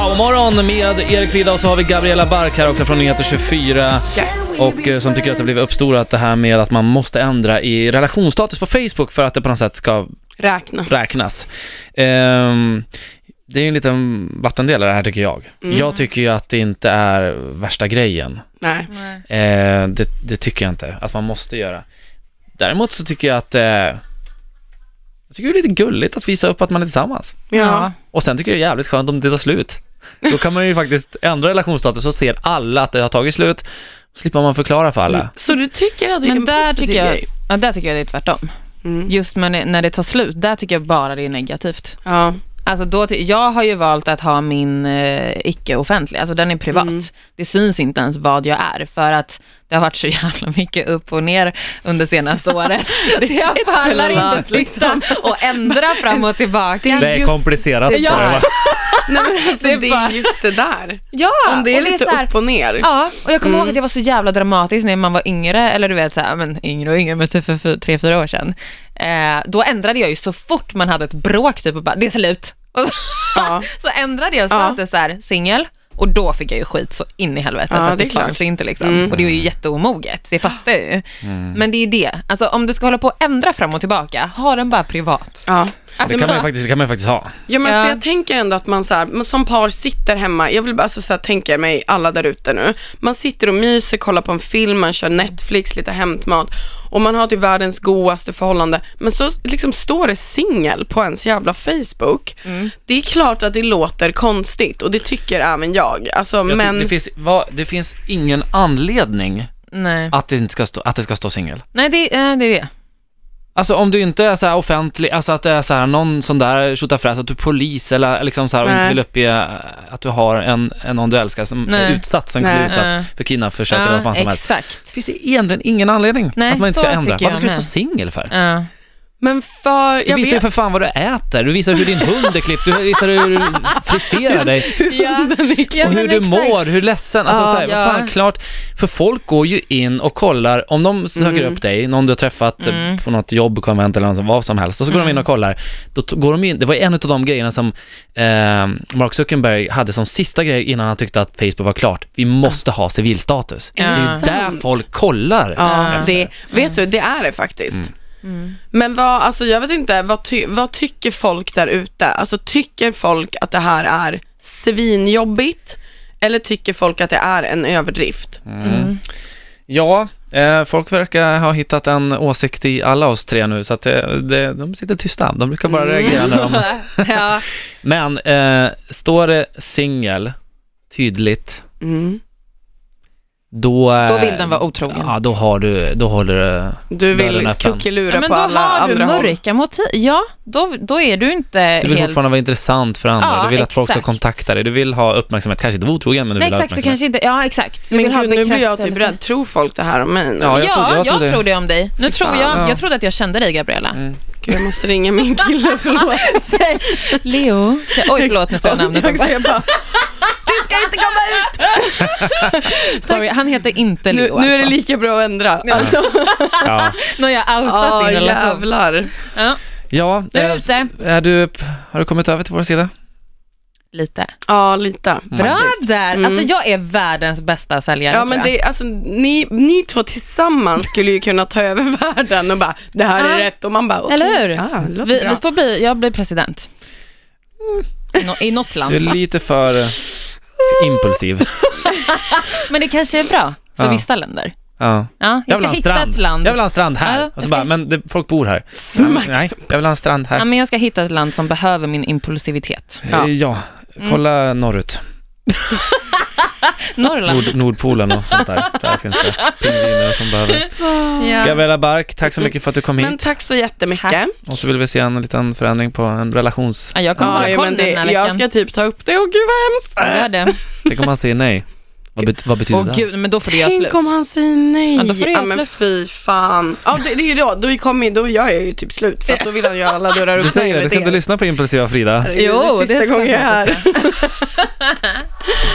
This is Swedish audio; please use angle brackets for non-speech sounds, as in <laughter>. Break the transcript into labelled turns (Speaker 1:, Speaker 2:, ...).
Speaker 1: Powermorgon med Erik Fridda och så har vi Gabriella Bark här också från Nyheter 24
Speaker 2: Yes.
Speaker 1: och eh, som tycker att det blev uppstorat det här med att man måste ändra i relationsstatus på Facebook för att det på något sätt ska
Speaker 2: Räknas.
Speaker 1: räknas. Ehm, det är ju en liten vattendelare här tycker jag.
Speaker 2: Mm.
Speaker 1: Jag tycker ju att det inte är värsta grejen.
Speaker 2: Nej.
Speaker 3: Nej.
Speaker 1: Eh, det, det tycker jag inte att man måste göra. Däremot så tycker jag att eh, jag tycker det är lite gulligt att visa upp att man är tillsammans.
Speaker 2: Ja.
Speaker 1: Och sen tycker jag det är jävligt skönt om det tar slut. Då kan man ju faktiskt ändra relationsstatus och ser alla att det har tagit slut. Så slipper man förklara för alla.
Speaker 2: Så du tycker att det är
Speaker 3: Men
Speaker 2: en
Speaker 3: där
Speaker 2: positiv
Speaker 3: tycker, jag,
Speaker 2: grej?
Speaker 3: ja, där tycker jag det är tvärtom.
Speaker 2: Mm.
Speaker 3: Just när det, när det tar slut, där tycker jag bara det är negativt.
Speaker 2: Ja.
Speaker 3: Alltså då, ty- jag har ju valt att ha min eh, icke-offentlig, alltså den är privat.
Speaker 2: Mm.
Speaker 3: Det syns inte ens vad jag är för att det har varit så <laughs> jävla mycket upp och ner under senaste året. Det liksom. jag pallar
Speaker 2: lot,
Speaker 3: inte sitta och ändra fram och tillbaka.
Speaker 1: Det är
Speaker 2: just-
Speaker 1: <laughs> komplicerat.
Speaker 2: det är-
Speaker 1: för det var-
Speaker 2: Nej men alltså
Speaker 3: Det
Speaker 2: det
Speaker 3: är
Speaker 2: är,
Speaker 3: bara-
Speaker 2: just det där.
Speaker 3: Ja,
Speaker 2: Om det är
Speaker 3: och
Speaker 2: lite
Speaker 3: så här-
Speaker 2: upp och ner.
Speaker 3: Ja, och jag kommer
Speaker 2: Mm.
Speaker 3: ihåg att jag var så jävla dramatisk när man var yngre, eller du vet så här, men yngre och yngre, men typ för fy- tre, fyra år sedan. Eh, då ändrade jag ju så fort man hade ett bråk typ och bara, det är slut. Och så,
Speaker 2: Ja.
Speaker 3: <laughs> så ändrade jag
Speaker 2: Ja.
Speaker 3: status så här, singel. Och då fick jag ju skit så in i helvete
Speaker 2: Ja,
Speaker 3: så att
Speaker 2: det
Speaker 3: det,
Speaker 2: är klart.
Speaker 3: fanns inte liksom.
Speaker 2: Mm.
Speaker 3: Och det är ju jätteomoget, det fattar jag ju.
Speaker 1: Mm.
Speaker 3: Men det är ju det, alltså om du ska hålla på och ändra fram och tillbaka, ha den bara privat. Alltså,
Speaker 2: Ja.
Speaker 1: Det kan man ju faktiskt, det kan man ju faktiskt ha.
Speaker 2: Ja, men
Speaker 3: Ja.
Speaker 2: för jag tänker ändå att man så här, men som par sitter hemma, jag vill bara alltså, så här, tänka mig alla där ute nu. Man sitter och myser, kollar på en film, man kör Netflix, lite hämtmat och man har till världens godaste förhållande. Men så liksom står det singel på ens jävla Facebook.
Speaker 1: Mm.
Speaker 2: Det är klart att det låter konstigt och det tycker även jag. Alltså,
Speaker 1: Jag
Speaker 2: men
Speaker 1: tycker det, finns, vad- det finns ingen anledning
Speaker 3: Nej,
Speaker 1: att det, inte ska stå, att det ska stå singel.
Speaker 3: Nej det, eh, det är det.
Speaker 1: Alltså om du inte är så här offentlig, alltså att det är så här någon sån där tjotafräs, att du är polis eller liksom så här och
Speaker 2: Nej.
Speaker 1: inte vill uppge eh, att du har en, en någon du älskar som är
Speaker 3: Nej.
Speaker 1: utsatt, som kan
Speaker 2: Nej.
Speaker 1: bli
Speaker 3: Nej.
Speaker 1: utsatt för kidnappförsök eller vad fan som helst. Det
Speaker 3: exakt.
Speaker 1: finns egentligen ingen anledning
Speaker 3: Nej,
Speaker 1: att man inte
Speaker 3: så
Speaker 1: ska ändra.
Speaker 3: tycker jag
Speaker 1: Varför ska du stå
Speaker 3: med.
Speaker 1: singel för?
Speaker 3: Ja.
Speaker 2: Men för,
Speaker 1: Du
Speaker 2: jag
Speaker 1: visar ju
Speaker 2: vet,
Speaker 1: för fan vad du äter, du visar hur din hund är klippt, du visar hur du friserar dig,
Speaker 3: <laughs> Ja. Ja,
Speaker 1: och hur
Speaker 3: men
Speaker 1: du
Speaker 3: exakt.
Speaker 1: mår, hur ledsen, alltså
Speaker 3: Ja,
Speaker 1: så här,
Speaker 3: ja.
Speaker 1: vad fan klart. För folk går ju in och kollar, om de söker
Speaker 2: Mm.
Speaker 1: upp dig, någon du har träffat eh,
Speaker 3: Mm.
Speaker 1: på något jobb, konvent eller något sånt, vad som helst, och så går de in och kollar. Då t- går de in, det var en av de grejerna som eh, Mark Zuckerberg hade som sista grej innan han tyckte att Facebook var klart. Vi måste ha civilstatus.
Speaker 3: Ja.
Speaker 1: Det är ju där
Speaker 2: Sant.
Speaker 1: folk kollar.
Speaker 2: ja,
Speaker 1: efter.
Speaker 2: det, vet du, det är det faktiskt.
Speaker 3: Mm.
Speaker 2: Men vad, alltså jag vet inte, vad, ty, vad tycker folk där ute? Alltså tycker folk att det här är svinjobbigt? Eller tycker folk att det är en överdrift?
Speaker 1: Mm.
Speaker 3: Mm.
Speaker 1: Ja, eh, folk verkar ha hittat en åsikt i alla oss tre nu, så att det, det, de sitter tysta. De brukar
Speaker 3: Mm.
Speaker 1: bara reagera när de...
Speaker 3: <laughs> ja.
Speaker 1: Men, eh, står det singel tydligt,
Speaker 2: Mm.
Speaker 1: då... eh,
Speaker 3: Då vill den vara otrogen.
Speaker 1: Ja, då har du, då håller du...
Speaker 2: Du
Speaker 1: Dörren
Speaker 2: vill
Speaker 1: öppen.
Speaker 2: kuckelura
Speaker 3: Ja, men
Speaker 2: på
Speaker 3: då
Speaker 2: alla
Speaker 3: har du
Speaker 2: andra håll.
Speaker 3: mörka motiv. Ja, då, då är du inte
Speaker 1: Du vill
Speaker 3: helt...
Speaker 1: fortfarande vara intressant för andra,
Speaker 3: Ja,
Speaker 1: du vill att folk ska
Speaker 3: exakt.
Speaker 1: kontakta dig, du vill ha uppmärksamhet, kanske inte vara otrogen, men du
Speaker 3: Nej,
Speaker 1: vill ha liksom
Speaker 3: exakt. Du
Speaker 1: uppmärksamhet.
Speaker 3: kanske inte... Ja, exakt. Du
Speaker 2: Men
Speaker 3: vill ha
Speaker 2: gud, nu blir jag
Speaker 3: bekräftelse.
Speaker 2: typ rädd. Tror folk det här om mig nu?
Speaker 1: Ja,
Speaker 3: Ja,
Speaker 1: jag
Speaker 3: jag
Speaker 1: trodde-
Speaker 3: trodde,
Speaker 1: jag trodde-
Speaker 3: om dig. Nu tror
Speaker 2: fan.
Speaker 3: jag,
Speaker 1: Ja.
Speaker 3: jag trodde att jag kände dig, Gabriella.
Speaker 2: <laughs> Gud, jag måste ringa min kille, förlåt.
Speaker 3: Leo. <laughs> Oj, förlåt, nu sa jag namnet.
Speaker 2: Jag,
Speaker 3: också.
Speaker 2: jag bara, det ska inte komma ut!
Speaker 3: <laughs> Sorry, han heter inte
Speaker 2: Nu,
Speaker 3: Leo
Speaker 2: nu är det
Speaker 3: alltså.
Speaker 2: lika bra att ändra. Alltså,
Speaker 3: <laughs>
Speaker 1: Ja,
Speaker 3: Nu har jag outat
Speaker 2: ah, <laughs>
Speaker 3: din relation.
Speaker 2: jävlar.
Speaker 3: Ja,
Speaker 1: ja
Speaker 3: nu är
Speaker 1: eh,
Speaker 3: du ute.
Speaker 1: är du, har du kommit över till vår sida?
Speaker 3: Lite.
Speaker 2: Ja, lite.
Speaker 3: Bra
Speaker 2: faktiskt.
Speaker 3: där.
Speaker 2: Mm.
Speaker 3: Alltså, jag är världens bästa säljare,
Speaker 2: Ja
Speaker 3: tror
Speaker 2: men
Speaker 3: jag.
Speaker 2: det, alltså, ni, ni två tillsammans skulle ju kunna ta <laughs> över världen och bara, det här är
Speaker 3: Ja.
Speaker 2: rätt och man bara, okej.
Speaker 3: Eller hur?
Speaker 2: Ja, det låter
Speaker 3: Vi,
Speaker 2: bra.
Speaker 3: vi får bli, jag blir president. I nå- I något land.
Speaker 1: Du är lite för
Speaker 3: <laughs>
Speaker 1: eh, impulsiv.
Speaker 3: Men det kanske är bra för
Speaker 1: Ja.
Speaker 3: vissa länder.
Speaker 1: Ja.
Speaker 3: Ja,
Speaker 1: Jag vill
Speaker 3: jag ska
Speaker 1: ha en
Speaker 3: hitta
Speaker 1: strand.
Speaker 3: ett land.
Speaker 1: Jag vill ha en strand här.
Speaker 3: Ja,
Speaker 1: och så
Speaker 3: jag
Speaker 1: bara,
Speaker 3: ska-
Speaker 1: men det, folk bor här.
Speaker 2: Smack.
Speaker 1: Nej, jag vill ha en strand
Speaker 3: Ja,
Speaker 1: här. Eh,
Speaker 3: men jag ska hitta ett land som behöver
Speaker 1: <laughs>
Speaker 3: min impulsivitet.
Speaker 1: Ja,
Speaker 2: Ja.
Speaker 1: kolla
Speaker 3: Mm.
Speaker 1: norrut.
Speaker 3: Norrland.
Speaker 1: Nord, Nordpolen och sånt där. Där finns
Speaker 3: <laughs>
Speaker 1: det pingviner som behöver.
Speaker 3: Ja.
Speaker 1: Gabriella Bark, tack så mycket för att du kom
Speaker 2: Men
Speaker 1: hit.
Speaker 2: tack så jättemycket.
Speaker 3: Tack.
Speaker 1: Och så vill vi se en liten förändring på en relations...
Speaker 3: Ja, jag kommer
Speaker 2: Ja,
Speaker 3: hålla
Speaker 2: ja,
Speaker 3: koll
Speaker 2: men
Speaker 3: nu den här
Speaker 2: det,
Speaker 3: veckan.
Speaker 2: jag ska typ ta upp det, och gud vad hemskt.
Speaker 3: Gör det.
Speaker 1: Tänk om man säger nej. Vad, bet- vad betyder
Speaker 3: Åh
Speaker 1: det?
Speaker 3: gud, men då får du göra slut.
Speaker 2: Tänk om han säger nej.
Speaker 3: Ja, då får du göra
Speaker 2: men
Speaker 3: slut.
Speaker 2: fy fan. Ja, det, det är ju då, då, kommer, då gör jag ju typ slut för att då vill han göra alla dörrar
Speaker 1: Du
Speaker 2: öppna
Speaker 1: säger det,
Speaker 2: enligt
Speaker 1: du ska
Speaker 2: er.
Speaker 1: inte lyssna på impulsiva Frida.
Speaker 2: Herregud,
Speaker 3: Jo,
Speaker 2: det är
Speaker 3: det
Speaker 2: sista
Speaker 3: ska
Speaker 2: gången jag är
Speaker 3: jag
Speaker 2: här.